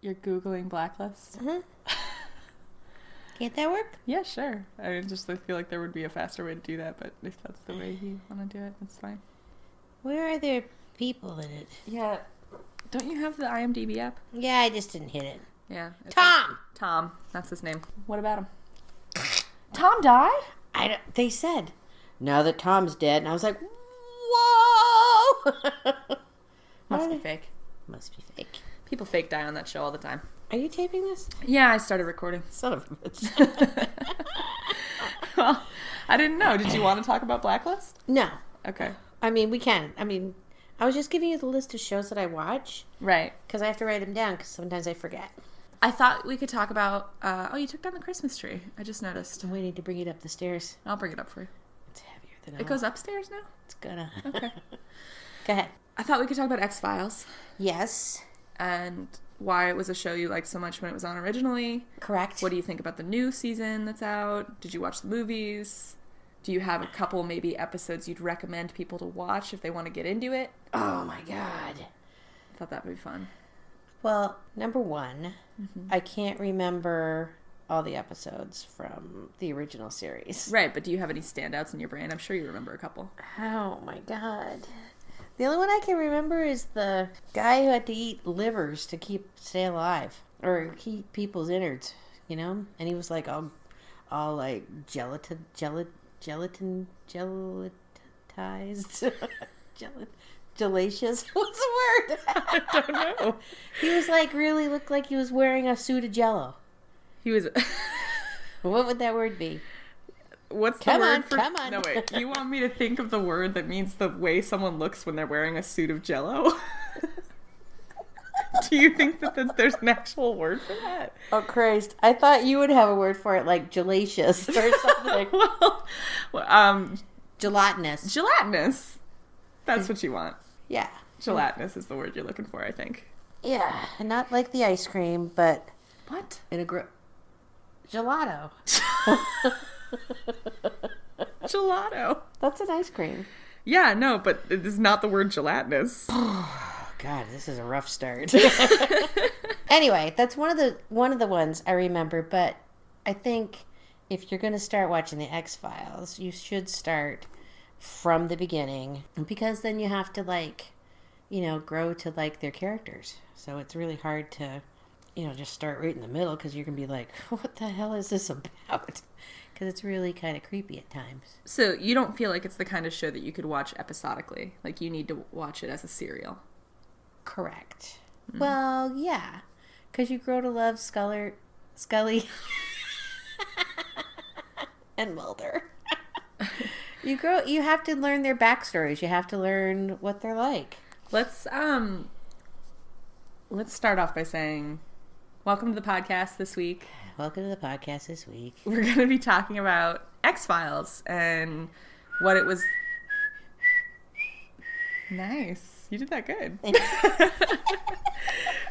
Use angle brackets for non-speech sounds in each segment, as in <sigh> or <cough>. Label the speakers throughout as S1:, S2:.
S1: You're googling blacklist.
S2: Uh-huh. <laughs> Can't that work?
S1: Yeah, sure. I just I feel like there would be a faster way to do that, but if that's the way you want to do it, that's fine.
S2: Where are there people in it?
S1: Yeah. Don't you have the IMDb app?
S2: Yeah, I just didn't hit it.
S1: Yeah. it's-
S2: Tom!
S1: Tom. That's his name. What about him? Tom died?
S2: I don't, they said, now that Tom's dead. And I was like, whoa! <laughs>
S1: Must be
S2: Why-
S1: fake.
S2: Must be fake.
S1: People fake die on that show all the time.
S2: Are you taping this?
S1: Yeah, I started recording.
S2: Son of a
S1: <laughs>
S2: bitch.
S1: well, I didn't know. Did you want to talk about Blacklist?
S2: no.
S1: Okay.
S2: I mean, we can. I mean, I was just giving you the list of shows that I watch
S1: Right.
S2: because I have to write them down because sometimes I forget.
S1: I thought we could talk about. Uh, oh, you took down the Christmas tree. I just noticed.
S2: We need to bring it up the stairs.
S1: I'll bring it up for you.
S2: It's heavier than
S1: It goes upstairs now?
S2: It's gonna.
S1: Okay.
S2: <laughs> Go ahead.
S1: I thought we could talk about X Files
S2: Yes.
S1: and why it was a show you liked so much when it was on originally.
S2: Correct.
S1: What do you think about the new season that's out? Did you watch the movies? Do you have a couple maybe episodes you'd recommend people to watch if they want to get into it?
S2: Oh my god.
S1: I thought that would be fun.
S2: Well, number one, I can't remember all the episodes from the original series.
S1: Right, but do you have any standouts in your brain? I'm sure you remember a couple.
S2: Oh my god. The only one I can remember is the guy who had to eat livers to keep stay alive or keep people's innards, you know? And he was like all all like gelatin gelatin gelatin <laughs> gelatinized gelatin Gelatius. <laughs> What's the word?
S1: I don't know.
S2: He was like really looked like he was wearing a suit of jello.
S1: He was. <laughs>
S2: What would that word be?
S1: What's
S2: Come
S1: the word
S2: on,
S1: for?
S2: come on.
S1: No
S2: <laughs>
S1: wait. You want me to think of the word that means the way someone looks when they're wearing a suit of Jello? <laughs> do you think that that's, there's an actual word for that?
S2: Oh Christ! I thought you would have a word for it, like gelacious or <laughs> something.
S1: <laughs> well, well, um,
S2: Gelatinous.
S1: gelatinous. That's what you want.
S2: Yeah,
S1: Gelatinous is the word you're looking for, I think.
S2: yeah. Not like the ice cream, but
S1: What?
S2: in a gr- gelato.
S1: <laughs>
S2: <laughs>
S1: Gelato.
S2: That's an ice cream.
S1: Yeah, no, but it is not the word gelatinous.
S2: Oh God, this is a rough start. <laughs> anyway, that's one of the one of the ones I remember. But I think if you're going to start watching the X Files, you should start from the beginning because then you have to like, you know, grow to like their characters. So it's really hard to, you know, just start right in the middle because you're going to be like, <laughs> what the hell is this about? Because it's really kind of creepy at times.
S1: So you don't feel like it's the kind of show that you could watch episodically. Like you need to watch it as a serial.
S2: Correct. Well, yeah, because you grow to love Sculler, Scully, <laughs> and <laughs> Mulder. you grow. You have to learn their backstories. You have to learn what they're like.
S1: Let's um let's start off by saying welcome to the podcast this week. <laughs>
S2: Welcome to the podcast this week.
S1: We're going to be talking about X-Files and what it was Nice. You did that good. We're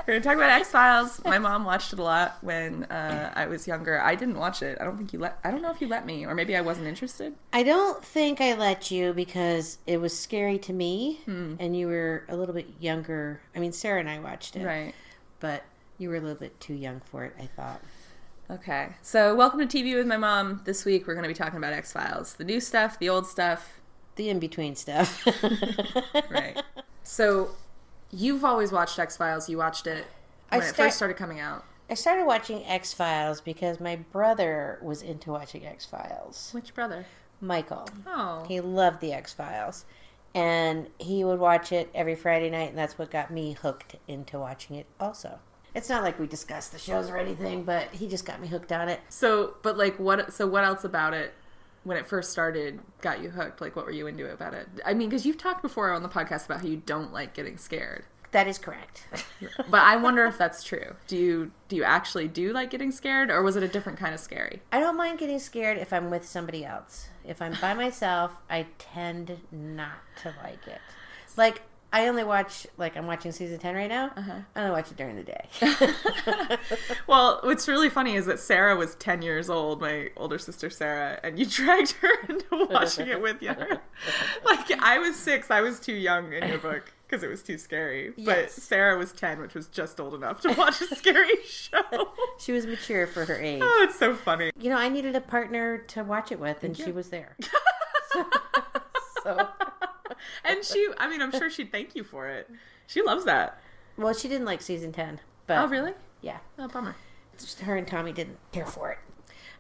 S1: going to talk about X-Files. My mom watched it a lot when uh, I was younger. I didn't watch it. I don't think you let I don't know if you let me or maybe I wasn't interested.
S2: I don't think I let you because it was scary to me, and you were a little bit younger. I mean, Sarah and I watched it,
S1: Right.
S2: but you were a little bit too young for it. I thought.
S1: Okay. So, welcome to TV with my mom. This week we're going to be talking about X Files the new stuff, the old stuff.
S2: The in between <laughs> stuff.
S1: Right. <laughs> so, you've always watched X Files. You watched it when it
S2: start-
S1: first started coming out.
S2: I started watching X Files because my brother was into watching X Files.
S1: Which brother?
S2: Michael.
S1: Oh.
S2: He loved the X Files. And he would watch it every Friday night, and that's what got me hooked into watching it also. It's not like we discussed the shows or anything, but he just got me hooked on it.
S1: So, but like, what? So, what else about it when it first started got you hooked? Like, what were you into about it? I mean, because you've talked before on the podcast about how you don't like getting scared.
S2: That is correct. <laughs>
S1: But I wonder if that's true. Do you do you actually do like getting scared, or was it a different kind of scary?
S2: I don't mind getting scared if I'm with somebody else. If I'm by myself, I tend not to like it. Like I only watch like I'm watching season ten right now. I only watch it during the day.
S1: Well, what's really funny is that Sarah was 10 years old, my older sister Sarah, and you <laughs> dragged <laughs> her into watching it with you. like, I was six, I was too young in your book. because it was too scary. But
S2: Yes.
S1: Sarah was 10, which was just old enough to watch a scary <laughs> show. oh,
S2: She was mature for her age.
S1: it's so <laughs> funny.
S2: You know, I needed a partner to watch it with, and she was
S1: <laughs>
S2: there. so, so,
S1: And she, I mean, I'm sure she'd thank you for it. She loves that.
S2: well, she didn't like season ten, but
S1: Oh, really?
S2: yeah,
S1: Oh, bummer.
S2: just her and Tommy didn't care for it.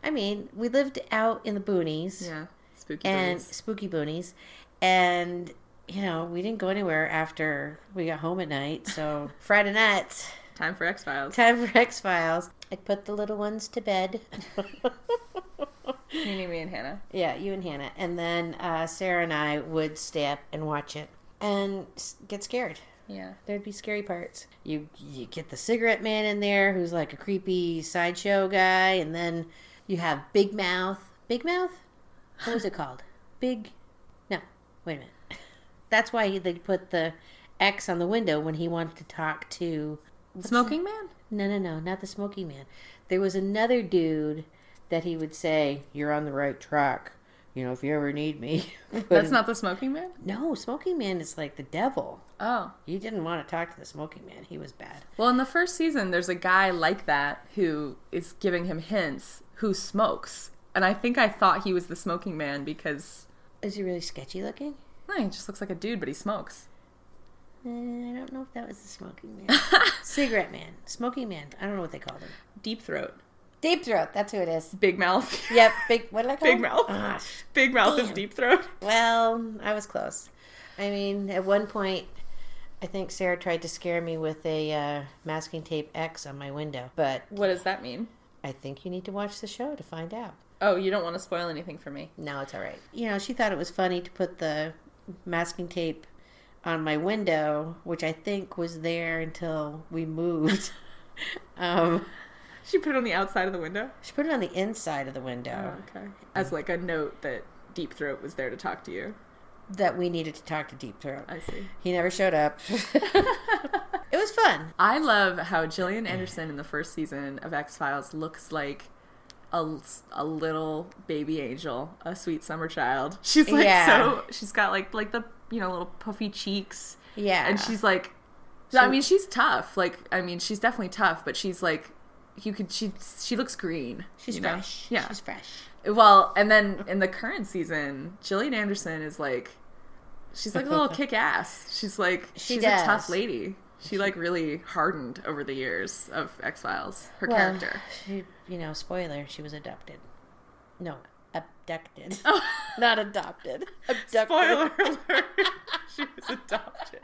S2: I mean, we lived out in the boonies
S1: Yeah. Spooky.
S2: and
S1: boonies.
S2: spooky boonies, and you know, we didn't go anywhere after we got home at night.
S1: <laughs>
S2: So Friday nights.
S1: time for X Files.
S2: Time for X Files. I put the little ones to bed. <laughs>
S1: Meaning me and Hannah.
S2: yeah, you and Hannah. And then uh, Sarah and I would stay up and watch it and s- get scared.
S1: Yeah.
S2: There'd be scary parts. You you get the cigarette man in there who's like a creepy sideshow guy, and then you have Big Mouth. Big Mouth? What was it called? <sighs> Big? No, wait a minute. <laughs> That's why he- they put the X on the window when he wanted to talk to
S1: Smoking Man?
S2: no, no, no, not the Smoking Man. There was another dude that he would say, "You're on the right track. You know, if you ever need me." <laughs> But-
S1: That's not the Smoking Man?
S2: no Smoking Man is like the devil.
S1: Oh.
S2: You didn't want to talk to the Smoking Man. He was bad.
S1: Well, in the first season, there's a guy like that who is giving him hints who smokes. And I think I thought he was the smoking man because
S2: Is he really sketchy looking?
S1: eh, he just looks like a dude, but he smokes.
S2: Uh, I don't know if that was the Smoking <laughs> Man. Cigarette Man, Smoking Man. I don't know what they called him.
S1: Deep throat.
S2: Deep Throat. That's who it is.
S1: Big <laughs> mouth.
S2: Yep. Big. What did I call
S1: Big
S2: him?
S1: Mouth.
S2: Ah, sh-
S1: Big mouth is
S2: Damn.
S1: deep throat.
S2: Well, I was close. I mean, at one point, I think Sarah tried to scare me with a uh, masking tape X on my window, but
S1: What does that mean?
S2: I think you need to watch the show to find out.
S1: Oh, you don't want to spoil anything for me.
S2: No, it's all right. You know, she thought it was funny to put the masking tape on my window, which I think was there until we <laughs> moved. um,
S1: She put it on the outside of the window.
S2: she put it on the inside of the window
S1: Oh, okay. As like a note that deep throat was there to talk to you.
S2: that we needed to talk to Deep Throat.
S1: I see.
S2: He never showed <laughs> up. it was fun.
S1: I love how Gillian Anderson in the first season of X Files looks like a, a little baby angel, a sweet summer child. She's like
S2: Yeah.
S1: so. She's got like like the you know little puffy cheeks,
S2: Yeah.
S1: and she's like. I mean, she's tough. Like, I mean, she's definitely tough, but she's like, you could. She she looks green.
S2: She's
S1: you know?
S2: fresh.
S1: Yeah.
S2: She's fresh.
S1: Well, and then in the current season, Gillian Anderson is like, she's like
S2: <laughs>
S1: a little kick ass. She's like,
S2: She
S1: she's a
S2: does.
S1: tough lady. She like really hardened over the years of X Files. Her
S2: Well, <laughs>
S1: character. <laughs>
S2: She, you know, spoiler, she was abducted. No, abducted. <laughs> Not
S1: <laughs>
S2: adopted. Abducted.
S1: Oh. Spoiler alert. <laughs> she was adopted.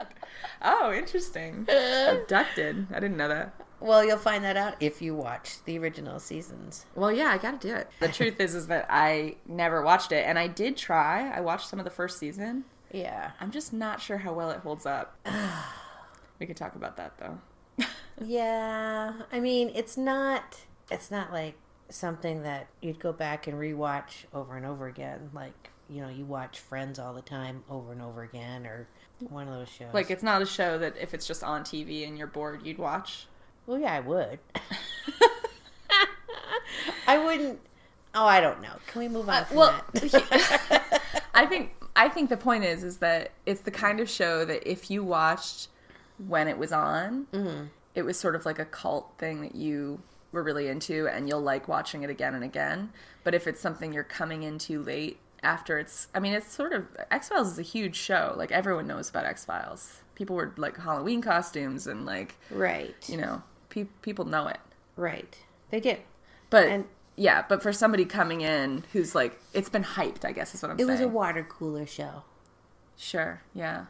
S1: Oh, interesting. Abducted. I didn't know that.
S2: Well, you'll find that out if you watch the original seasons.
S1: Well, yeah, I got to do it. The truth is, is that I never watched it, and I did try. I watched some of the first season.
S2: Yeah.
S1: I'm just not sure how well it holds up. we could talk about that though. <laughs>
S2: Yeah. I mean, it's not it's not like something that you'd go back and rewatch over and over again. Like, you know, you watch Friends all the time over and over again or one of those shows.
S1: Like it's not a show that if it's just on TV and you're bored, you'd watch.
S2: Well, yeah, I would. I wouldn't. Oh, I don't know. Can we move on? from
S1: well,
S2: that?
S1: I think I think the point is is that it's the kind of show that if you watched when it was on, it was sort of like a cult thing that you were really into and you'll like watching it again and again. But if it's something you're coming into late after it's I mean it's sort of X-Files is a huge show. Like everyone knows about X-Files. People were like Halloween costumes and like,
S2: <laughs> right,
S1: you know, pe- people know it.
S2: right. They did.
S1: But
S2: And-
S1: yeah, but for somebody coming in who's like, it's been hyped, I guess is what I'm
S2: It
S1: saying.
S2: was a water cooler show.
S1: sure, yeah,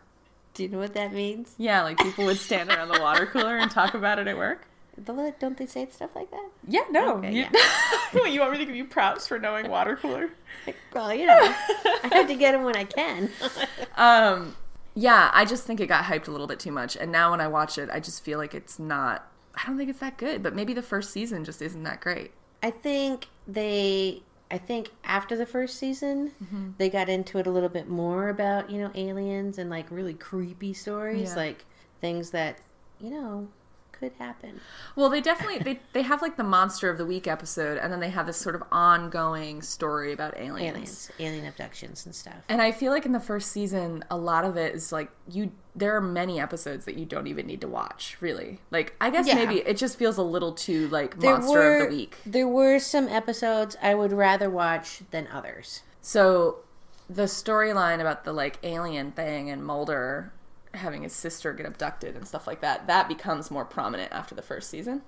S2: Do you know what that means?
S1: yeah. Like people would stand around the water cooler and talk about it at work.
S2: The- Don't they say stuff like that?
S1: Yeah, no.
S2: Okay,
S1: you,
S2: yeah.
S1: <laughs> What, you want me to give you props for knowing water cooler? <laughs>
S2: Like, <laughs> well, you know, I have to get them when I can. <laughs>
S1: Um, yeah, I just think it got hyped a little bit too much, and now when I watch it, I just feel like it's not. I don't think it's that good, but maybe the first season just isn't that great.
S2: I think they. I think after the first season, they got into it a little bit more about you know aliens and like really creepy stories,
S1: Yeah.
S2: like things that you know could happen.
S1: Well, they definitely they, they have like the monster of the week episode, and then they have this sort of ongoing story about aliens.
S2: Aliens, alien abductions, and stuff.
S1: And I feel like in the first season, a lot of it is like you. There are many episodes that you don't even need to watch, really. Like I guess
S2: Yeah.
S1: maybe it just feels a little too like
S2: There
S1: monster
S2: were
S1: of the week.
S2: there were some episodes I would rather watch than others.
S1: So the storyline about the like alien thing and Mulder having his sister get abducted and stuff like that that becomes more prominent after the first season.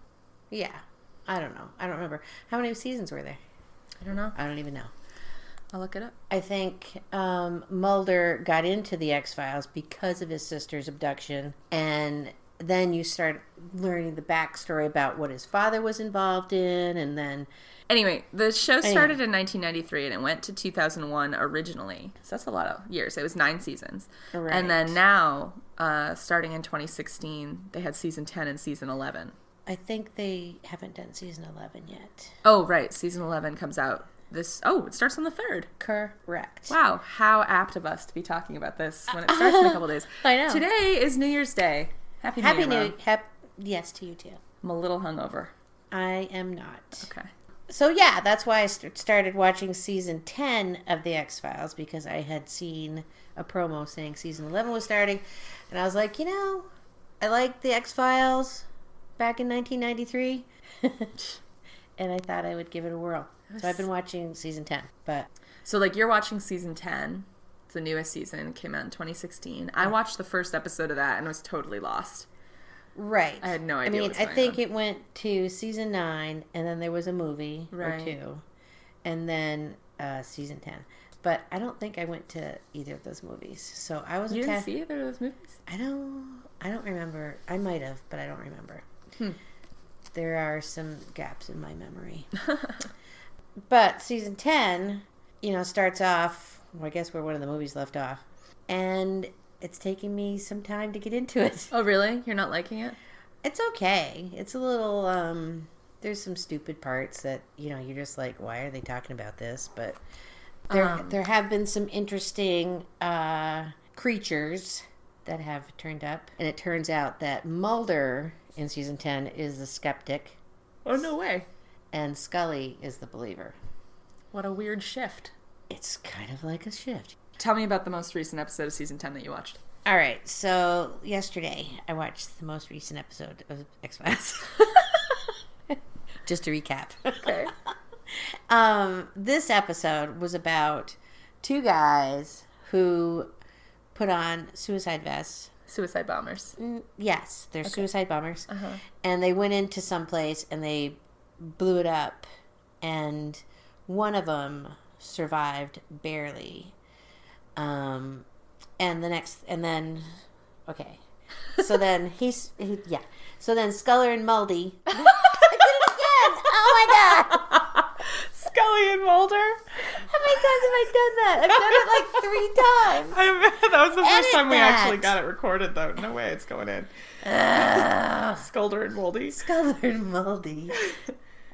S2: Yeah, I don't know. I don't remember how many seasons were there.
S1: I don't know.
S2: I don't even know.
S1: I'll look it up.
S2: I think um, Mulder got into the X Files because of his sister's abduction, and then you start learning the backstory about what his father was involved in, and then
S1: Anyway, the show started in 1993 and it went to 2001 originally. So that's a lot of years. It was nine seasons.
S2: Right.
S1: And then now, uh, starting in 2016, they had season 10 and season 11.
S2: I think they haven't done season eleven yet.
S1: Oh, right. Season 11 comes out this. Oh, it starts on the 3rd.
S2: Correct.
S1: Wow. How apt of us to be talking about this when it starts
S2: <laughs>
S1: in a couple days.
S2: I know.
S1: Today is New Year's Day. Happy New
S2: Happy
S1: Year.
S2: New
S1: Mom.
S2: hap- Yes to you too.
S1: I'm a little hungover.
S2: I am not.
S1: Okay.
S2: So yeah, that's why I st- started watching season 10 of the X-Files because I had seen a promo saying season 11 was starting and I was like, you know, I liked the X-Files back in 1993 <laughs> and I thought I would give it a whirl. So I've been watching season 10. But
S1: So, like, you're watching season 10. It's the newest season. Came out in 2016. I watched the first episode of that and was totally lost.
S2: right.
S1: I had no
S2: I
S1: idea
S2: mean,
S1: what was
S2: I
S1: going
S2: think
S1: on.
S2: it went to season 9 and then there was a movie or
S1: Right.
S2: two and then uh, season 10. But I don't think I went to either of those movies. So I was
S1: You
S2: atta-
S1: didn't see either of those movies?
S2: I don't. I don't remember. I might have, but I don't remember.
S1: Hmm.
S2: There are some gaps in my
S1: <laughs>
S2: memory. but season ten, you know, starts off. Well, I guess where one of the movies left off, and it's taking me some time to get into it.
S1: Oh, really? You're not liking it?
S2: It's okay. It's a little. um There's some stupid parts that you know you're just like, why are they talking about this? But there, there have been some interesting uh, creatures that have turned up, and it turns out that Mulder in season ten is the skeptic,
S1: Oh, no way.
S2: and Scully is the believer.
S1: What a weird shift.
S2: It's kind of like a shift.
S1: Tell me about the most recent episode of season 10 that you watched.
S2: All right, so yesterday I watched the most recent episode of X Files. <laughs> Just to recap.
S1: Okay. <laughs>
S2: um, this episode was about two guys who put on suicide vests.
S1: Suicide Bombers.
S2: Mm, Yes, they're suicide bombers. And they went into some place and they blew it up. And one of them survived barely. Um, and the next, and then, okay. So then he's, he, yeah. So then Sculler and Muldy. <laughs> I did it again! Oh my god!
S1: Scully and Mulder? <laughs>
S2: How many times have I done that? I've done it like three times.
S1: that was the first
S2: Edit time we actually that. got
S1: it recorded, though. No way it's going in. <laughs> Sculder and Moldy. <laughs>
S2: Sculler and Muldy.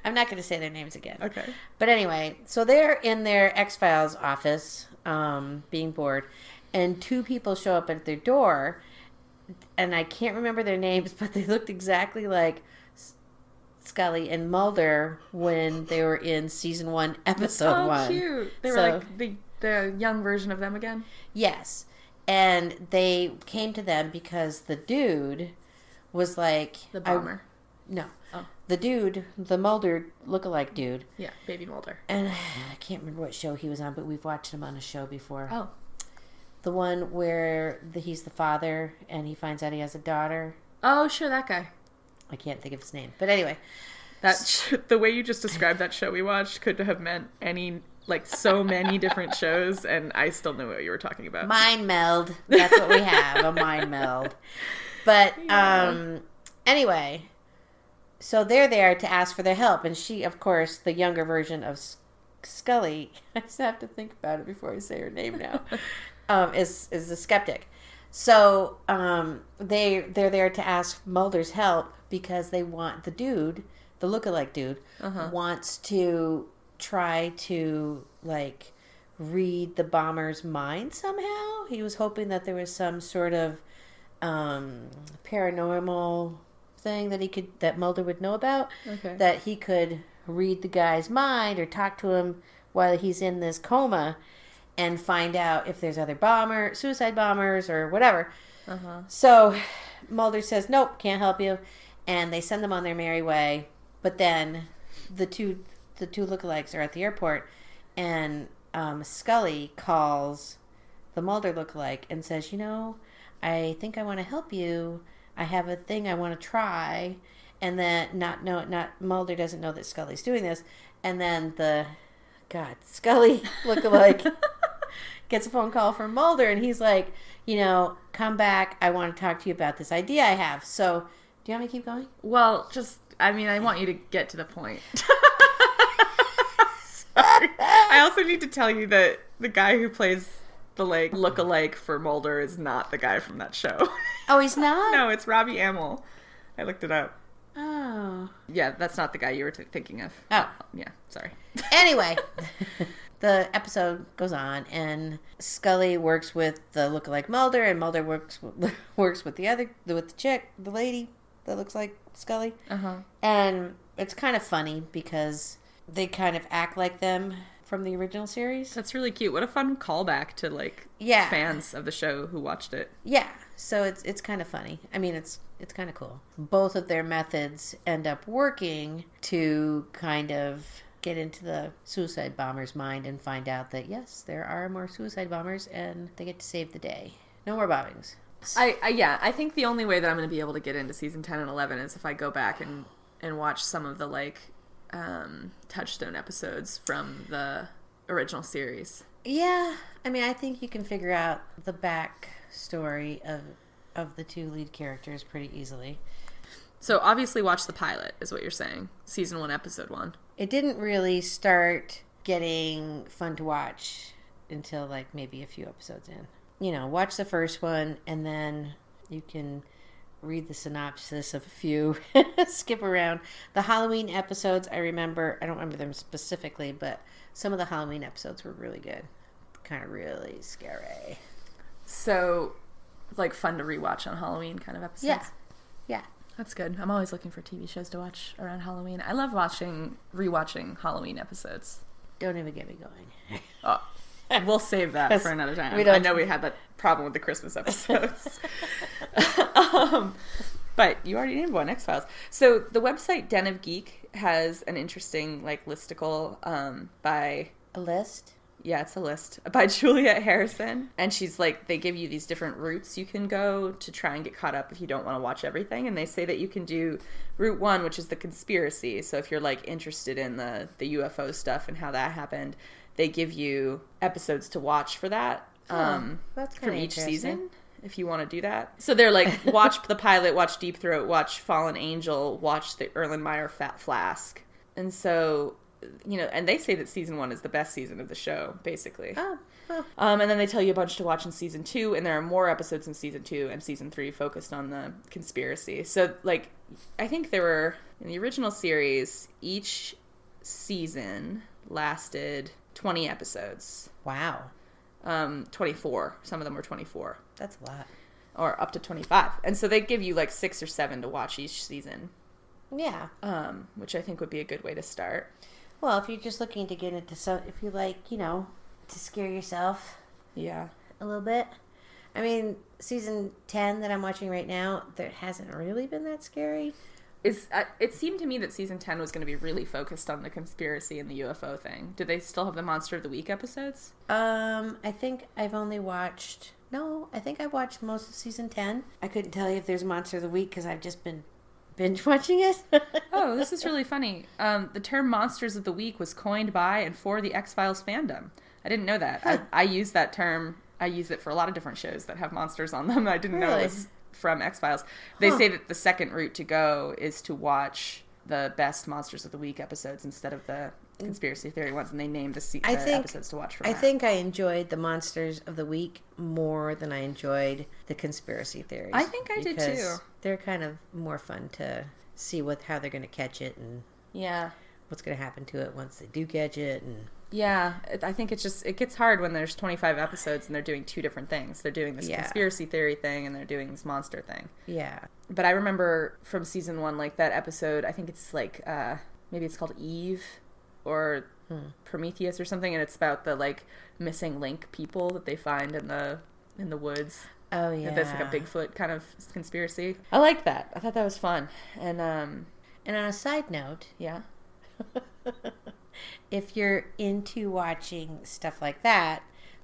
S2: I'm not going to say their names again.
S1: Okay.
S2: But anyway, so they're in their X Files office, um, being bored, and two people show up at their door, and I can't remember their names, <laughs> but they looked exactly like S- Scully and Mulder when they were in season one, episode one.
S1: Oh, cute. They were
S2: So-
S1: like the, the young version of them again.
S2: Yes. And they came to them because the dude was like
S1: The
S2: I-
S1: bomber.
S2: no.
S1: Oh.
S2: The dude, the Mulder lookalike dude,
S1: yeah, Baby Mulder.
S2: and I can't remember what show he was on, but we've watched him on a show before.
S1: Oh.
S2: The one where the, he's the father and he finds out he has a daughter.
S1: Oh, sure, that guy.
S2: I can't think of his name. But anyway,
S1: That <laughs> the way you just described that show we watched could have meant any like so many different shows, and I still knew what you were talking about.
S2: mind meld. That's what we have a mind meld.
S1: <laughs>
S2: But um, anyway, so they're there to ask for their help. And she, of course, the younger version of S- Scully, <laughs> I just have to think about it before I say her name now, um, is, is the skeptic. So um, they, they're there to ask Mulder's help because they want the dude, the lookalike dude, wants to try to like read the bomber's mind somehow. He was hoping that there was some sort of um, paranormal thing that he could that Mulder would know about
S1: Okay.
S2: that he could read the guy's mind or talk to him while he's in this coma and find out if there's other bomber suicide bombers or whatever.
S1: Uh-huh.
S2: So Mulder says, "Nope, can't help you," and they send them on their merry way. But then the two the two lookalikes are at the airport, and um, Scully calls the Mulder lookalike and says, "You know, I think I want to help you. I have a thing I want to try." And then not know not Mulder doesn't know that Scully's doing this, and then the God Scully <laughs> lookalike gets a phone call from Mulder, and he's like, you know, come back. I want to talk to you about this idea I have. So, do you want me to keep going?
S1: Well, just I mean, I want you to get to the point. <laughs> Sorry. I also need to tell you that the guy who plays the like look-alike for Mulder is not the guy from that show. <laughs>
S2: Oh, he's not.
S1: no, it's Robbie Amell. I looked it up.
S2: Oh.
S1: Yeah, that's not the guy you were t- thinking of.
S2: Oh.
S1: Yeah, sorry.
S2: Anyway, <laughs> the episode goes on, and Scully works with the lookalike Mulder, and Mulder works <laughs> with, works with the other with the chick, the lady that looks like Scully,
S1: Uh huh.
S2: and it's kind of funny because they kind of act like them from the original series.
S1: That's really cute. What a fun callback to like
S2: Yeah.
S1: fans of the show who watched it.
S2: Yeah, so it's it's kind of funny. I mean, it's it's kind of cool. Both of their methods end up working to kind of get into the suicide bomber's mind and find out that yes, there are more suicide bombers and they get to save the day. No more bombings.
S1: I, I yeah, I think the only way that I'm going to be able to get into season 10 and 11 is if I go back and and watch some of the like um touchstone episodes from the original series.
S2: Yeah, I mean, I think you can figure out the back story of of the two lead characters pretty easily.
S1: So obviously watch the pilot is what you're saying. Season 1 episode 1.
S2: It didn't really start getting fun to watch until like maybe a few episodes in. You know, watch the first one and then you can read the synopsis of a few, <laughs> skip around. The Halloween episodes, I remember, I don't remember them specifically, but some of the Halloween episodes were really good. Kind of really scary.
S1: So like fun to rewatch on Halloween kind of episodes.
S2: Yeah. Yeah.
S1: That's good. I'm always looking for TV shows to watch around Halloween. I love watching rewatching Halloween episodes.
S2: Don't even get me going. <laughs>
S1: Oh, <laughs> we'll save that for another time.
S2: we don't-
S1: I know we had that problem with the Christmas
S2: <laughs>
S1: episodes. <laughs> um, but you already named one, X Files. So the website Den of Geek has an interesting like listicle um, by
S2: A list?
S1: yeah, it's a list <laughs> by Juliet Harrison. And she's like, they give you these different routes you can go to try and get caught up if you don't want to watch everything. And they say that you can do route one, which is the conspiracy. So if you're like interested in the, the UFO stuff and how that happened, they give you episodes to watch for that. Um,
S2: That's
S1: from
S2: kinda
S1: each
S2: interesting.
S1: season if you want to do that. So they're like, <laughs> watch the pilot, watch Deep Throat, watch Fallen Angel, watch the Erlenmeyer Fat Flask. And so, you know, and they say that season one is the best season of the show, basically.
S2: Oh, huh.
S1: Um, and then they tell you a bunch to watch in season two, and there are more episodes in season two and season three focused on the conspiracy. So, like, I think there were in the original series, each season lasted 20 episodes,
S2: wow.
S1: um, 24. Some of them were 24
S2: That's a lot.
S1: or up to 25. And so they give you like six or seven to watch each season,
S2: Yeah.
S1: um, which I think would be a good way to start.
S2: Well, if you're just looking to get into some, if you like, you know, to scare yourself
S1: Yeah.
S2: a little bit. I mean, season 10 that I'm watching right now, there hasn't really been that scary.
S1: Is, uh, it seemed to me that season 10 was going to be really focused on the conspiracy and the UFO thing. Do they still have the Monster of the Week episodes?
S2: Um, I think I've only watched, no, I think I've watched most of season 10. I couldn't tell you if there's Monster of the Week because I've just been binge watching it. <laughs>
S1: Oh, this is really funny. Um, the term Monsters of the Week was coined by and for the X Files fandom. I didn't know that. I, I use that term, I use it for a lot of different shows that have monsters on them. <laughs> I didn't know it
S2: Really?
S1: was from X Files. They
S2: Huh.
S1: say that the second route to go is to watch the best Monsters of the Week episodes instead of the conspiracy theory ones, and they name the, se-
S2: I
S1: the
S2: think-
S1: episodes to watch from
S2: I
S1: that.
S2: think I enjoyed the Monsters of the Week more than I enjoyed the conspiracy theories.
S1: I think I did
S2: because
S1: too.
S2: They're kind of more fun to see what how they're going to catch it and
S1: Yeah.
S2: what's going to happen to it once they do catch it and
S1: Yeah, it- I think it's just it gets hard when there's 25 episodes and they're doing two different things. They're doing this
S2: Yeah.
S1: conspiracy theory thing and they're doing this monster thing.
S2: Yeah.
S1: But I remember from season 1 like that episode, I think it's like uh maybe it's called Eve or Prometheus or something and it's about the like missing link people that they find in the in the woods.
S2: Oh yeah.
S1: That's like a Bigfoot kind of conspiracy. I liked that. I thought that was fun. And um
S2: And on a side note,
S1: yeah.
S2: if you're into watching stuff like that,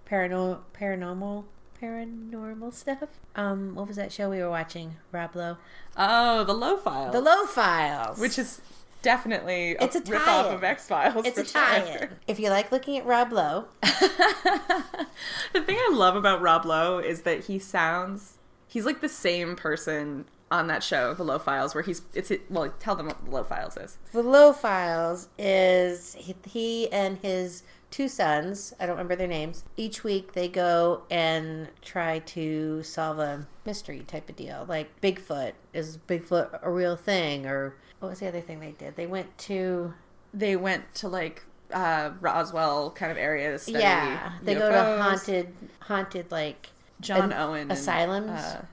S2: paranormal, paranormal, paranormal stuff. Um, what was that show we were watching, Rob Lowe?
S1: Oh, the low file.
S2: The Low Files,
S1: which is definitely
S2: It's a
S1: rip off
S2: tie-in.
S1: of X Files.
S2: it's a tie-in. If you like looking at Rob Lowe,
S1: <laughs> the thing I love about Rob Lowe is that he sounds he's like the same person on that show, The Low Files, where he's it's well, tell them what The Low Files is.
S2: The Low Files is he, he and his two sons, I don't remember their names, each week they go and try to solve a mystery type of deal. Like Bigfoot. Is Bigfoot a real thing? Or what was the other thing they did? They went to.
S1: They went to like uh, Roswell kind of area to study
S2: yeah. They go
S1: UFOs.
S2: to haunted, haunted, like.
S1: John
S2: an-
S1: Owen and,
S2: asylums?
S1: uh,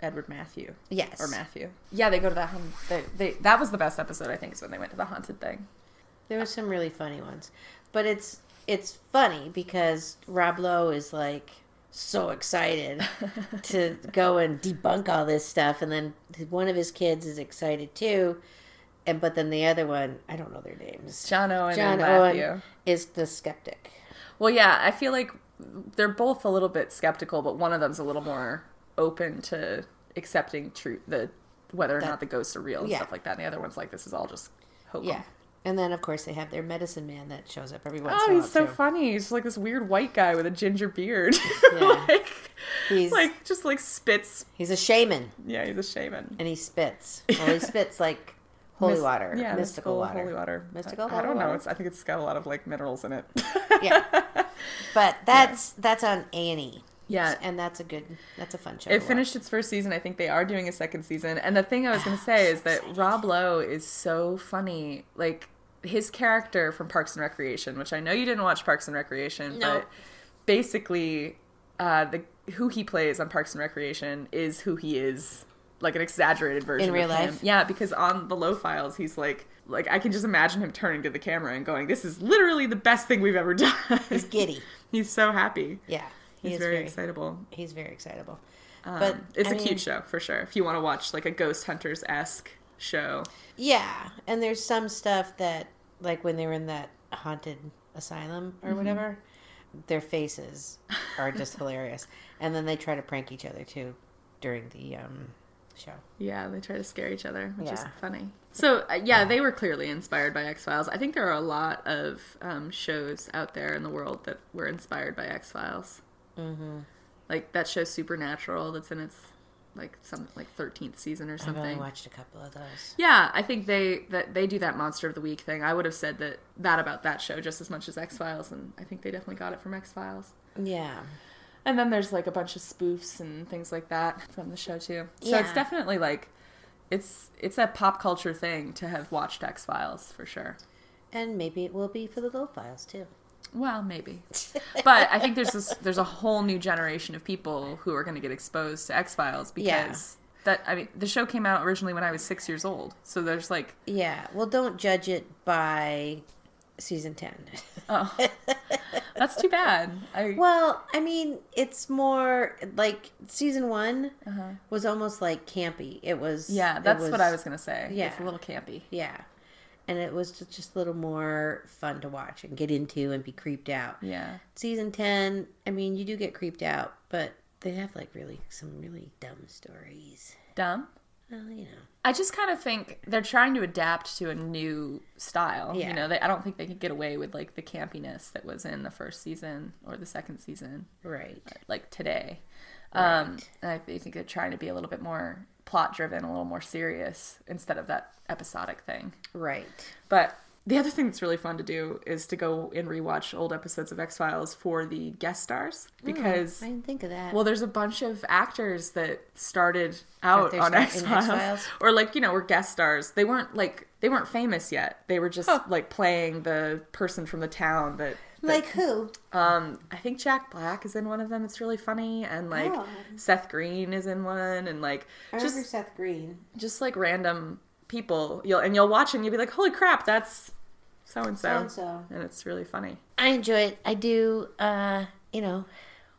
S1: Edward Matthew
S2: Yes.
S1: or Matthew. Yeah, they go to the haun- they, they that was the best episode I think is when they went to the haunted thing.
S2: There were some really funny ones, but it's it's funny because Rob Lowe is like so
S1: <laughs>
S2: excited to go and debunk all this stuff, and then one of his kids is excited too, and but then the other one, I don't know their names,
S1: John Owen
S2: John
S1: and
S2: Owen
S1: Matthew.
S2: is the skeptic.
S1: Well, yeah, I feel like they're both a little bit skeptical, but one of them's a little more open to accepting truth, the whether or not the ghosts are real and
S2: yeah.
S1: stuff like that. And the other one's like, this is all just hokum.
S2: Yeah, and then of course they have their medicine man that shows up every once
S1: Oh,
S2: in a while
S1: he's so
S2: too.
S1: funny. He's like this weird white guy with a ginger beard. <laughs>
S2: Yeah.
S1: like,
S2: He's
S1: like, just like spits.
S2: he's a shaman
S1: Yeah, he's a shaman.
S2: and he spits. Well,
S1: <laughs>
S2: he spits like holy
S1: Mys-
S2: water,
S1: Yeah,
S2: mystical water.
S1: Holy water.
S2: Mystical
S1: I, I
S2: holy
S1: don't know.
S2: water.
S1: It's, I think it's got a lot of like minerals in it.
S2: Yeah. <laughs> But that's that's on Annie.
S1: <laughs> Yeah.
S2: and that's a good, that's a fun show.
S1: It
S2: to
S1: finished its first season. I think they are doing a second season. And the thing I was going to say is that Rob Lowe is so funny. Like his character from Parks and Recreation, which I know you didn't watch Parks and Recreation,
S2: No.
S1: but basically, uh, the who he plays on Parks and Recreation is who he is, like an exaggerated version
S2: real
S1: of
S2: life?
S1: Him. Yeah, because on the Low Files, he's like, like I can just imagine him turning to the camera and going, "This is literally the best thing we've ever <laughs> done."
S2: He's giddy.
S1: He's so happy.
S2: Yeah, he
S1: He's
S2: is
S1: very, excitable.
S2: He's very excitable. but
S1: Um, It's
S2: a
S1: a cute show for sure. If you want to watch like a ghost hunters esque show,
S2: Yeah, and there's some stuff that, like when they were in that haunted asylum
S1: Mm-hmm.
S2: or whatever, their faces are
S1: <laughs>
S2: just hilarious. And then they try to prank each other too during the um, show.
S1: yeah, they try to scare each other, which is
S2: Yeah.
S1: funny. So uh, yeah, they were clearly inspired by X Files. I think there are a lot of um, shows out there in the world that were inspired by X Files. Mm-hmm. Like that show Supernatural, that's in its like some like thirteenth season or
S2: I've only
S1: something.
S2: watched a couple of those.
S1: Yeah, I think they that they do that monster of the week thing. I would have said that that about that show just as much as X Files, and I think they definitely got it from X Files.
S2: Yeah,
S1: And then there's like a bunch of spoofs and things like that from the show too. So it's
S2: Yeah.
S1: definitely like it's it's a pop culture thing to have watched X Files for sure.
S2: and maybe it will be for the low files too.
S1: Well, maybe.
S2: <laughs>
S1: but I think there's this there's a whole new generation of people who are going to get exposed to X Files because
S2: Yeah.
S1: that I mean the show came out originally when I was 6 years old. So there's like
S2: Yeah. Well, don't judge it by season 10.
S1: oh <laughs> that's too bad. I
S2: <laughs> well, I mean, it's more like season one was almost like campy. It was.
S1: Uh-huh. yeah,
S2: it
S1: that's what I was going to say.
S2: yeah.
S1: It's a little campy.
S2: Yeah. And it was ju- just a little more fun to watch and get into and be creeped out.
S1: Yeah.
S2: Season 10, I mean, you do get creeped out, but they have like really some really dumb stories.
S1: Dumb.
S2: Well, you know.
S1: I just kind of think they're trying to adapt to a new style.
S2: Yeah.
S1: You know, they, I don't think they could get away with like the campiness that was in the first season or the second season,
S2: Right.
S1: like today. Um, and I think they're trying to be a little bit more plot driven, a little more serious instead of that episodic thing.
S2: Right.
S1: But the other thing that's really fun to do is to go and rewatch old episodes of X Files for the guest stars because
S2: Hmm, I didn't think of that.
S1: well, there's a bunch of actors that started out
S2: their
S1: on
S2: start in
S1: X Files,
S2: X-Files?
S1: <laughs> or like you know, were guest stars. They weren't like they weren't famous yet. They were just like playing the person from the town that
S2: Like who?
S1: Um, I think Jack Black is in one of them. It's really funny, and like
S2: Oh.
S1: Seth Green is in one, and like
S2: I remember
S1: just
S2: Seth Green.
S1: just like random people. You'll and you'll watch it and you'll be like, holy crap, that's so and so,
S2: So-and-so.
S1: and it's really funny.
S2: I enjoy it. I do. Uh, you know,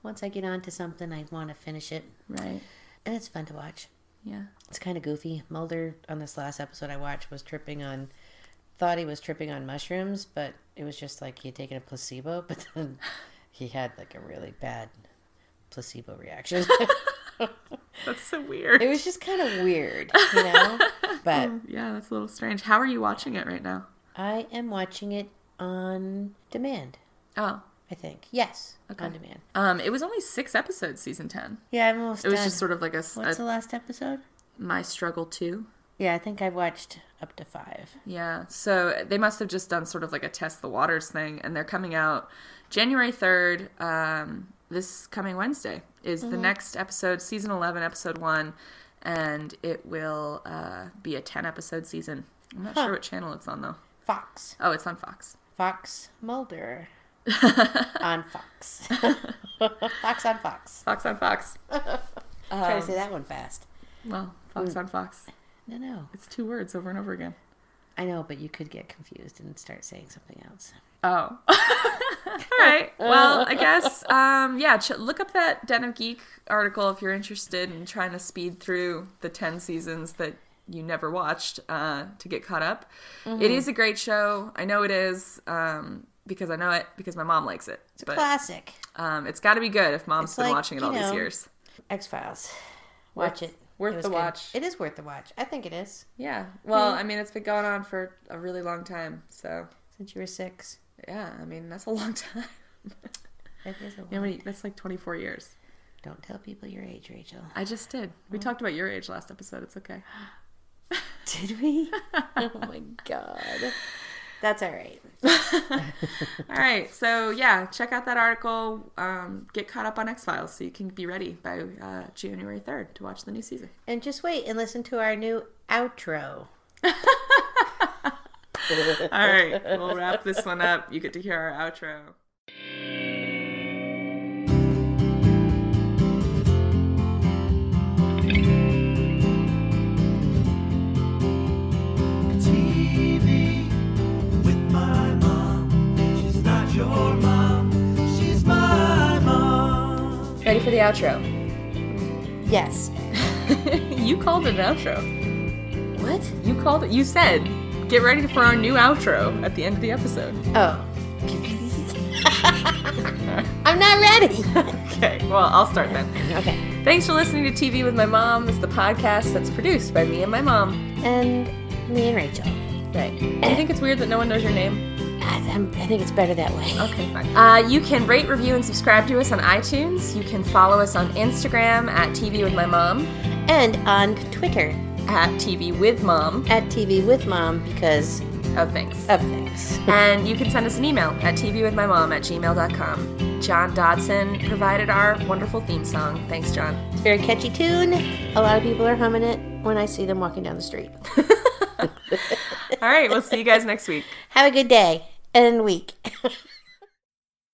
S2: once I get onto something, I want to finish it,
S1: Right?
S2: and it's fun to watch.
S1: Yeah.
S2: <laughs> It's kind of goofy. Mulder on this last episode I watched was tripping on, thought he was tripping on mushrooms, but it was just like he had taken a placebo, <laughs> but then he had like a really bad placebo reaction. <laughs>
S1: That's so weird.
S2: it was just kind of weird, you
S1: <laughs>
S2: know. But
S1: yeah, that's a little strange. How are you watching it right now?
S2: I am watching it on demand.
S1: Oh,
S2: I think yes, on demand.
S1: um, it was only six episodes, season ten.
S2: Yeah, I'm almost.
S1: It was
S2: done.
S1: just sort of like a, s-
S2: What's
S1: a-
S2: the last episode?
S1: my struggle too.
S2: Yeah, I think I watched up to five.
S1: Yeah. So they must have just done sort of like a test the waters thing, and they're coming out January 3rd, um, this coming Wednesday, is
S2: Mm-hmm.
S1: the next episode, season 11, episode one, and it will uh, be a 10 episode season. I'm not sure what channel it's on, though.
S2: Fox,
S1: Oh, it's on Fox.
S2: Fox
S1: <laughs>
S2: Mulder on Fox, Fox on Fox.
S1: Fox on Fox. Um,
S2: Try to say that one fast.
S1: Well, Fox
S2: Mm.
S1: on Fox.
S2: No, no,
S1: It's two words over and over again.
S2: I know, but you could get confused and start saying something else.
S1: Oh. <laughs> All right. Well, I guess, um, yeah, ch- look up that Den of Geek article if you're interested in trying to speed through the 10 seasons that you never watched uh, to get caught up. It is a great show. I know it is um, because I know it because my mom likes it.
S2: It's a
S1: But
S2: classic.
S1: um, it's got to be good if mom's
S2: It's
S1: been
S2: like,
S1: watching it
S2: you
S1: all these
S2: know.
S1: years.
S2: X Files. Watch
S1: Worth-
S2: it.
S1: worth
S2: It was
S1: the watch.
S2: It is worth the watch. I think it is.
S1: Yeah. Well, I mean, it's been going on for a really long time. So,
S2: Since you were six,
S1: yeah, I mean, that's a long <laughs> time.
S2: that is a lot.
S1: Yeah, wait, that's like 24 years.
S2: Don't tell people your age, Rachel. <laughs>
S1: I just did. We talked about your age last episode. It's okay.
S2: Did
S1: <laughs>
S2: we? oh my god. That's all right.
S1: All right. So, yeah, check out that article. Um, get caught up on X Files so you can be ready by uh, January 3rd to watch the new season.
S2: And just wait and listen to our new outro.
S1: <laughs> All right. We'll wrap this one up. You get to hear our outro.
S3: TV with my mom. She's not your mom, she's my mom.
S1: Ready for the outro?
S2: Yes.
S1: <laughs> you called it an outro.
S2: What?
S1: You called it. You said, get ready for our new outro at the end of the episode.
S2: <laughs> Oh. I'm not ready.
S1: Okay. Well, I'll start then.
S2: okay.
S1: Thanks for listening to TV with My Mom. It's the podcast that's produced by me and my mom.
S2: And me and Rachel.
S1: Right. Do you think it's weird that no one knows your name?
S2: I, I'm, I think it's better that way.
S1: Okay, fine. Uh, you can rate, review, and subscribe to us on iTunes. You can follow us on Instagram at TV with my
S2: <laughs>
S1: mom,
S2: And on Twitter
S1: at TV with mom.
S2: at TV with Mom because
S1: Oh, thanks.
S2: of things.
S1: And you can send us an email at TV with my mom at gmail.com. John Dodson provided our wonderful theme song. Thanks, John.
S2: It's a very catchy tune. A lot of people are humming it when I see them walking down the street. <laughs>
S1: All right, we'll see you guys next week.
S2: Have a good day and week. <laughs>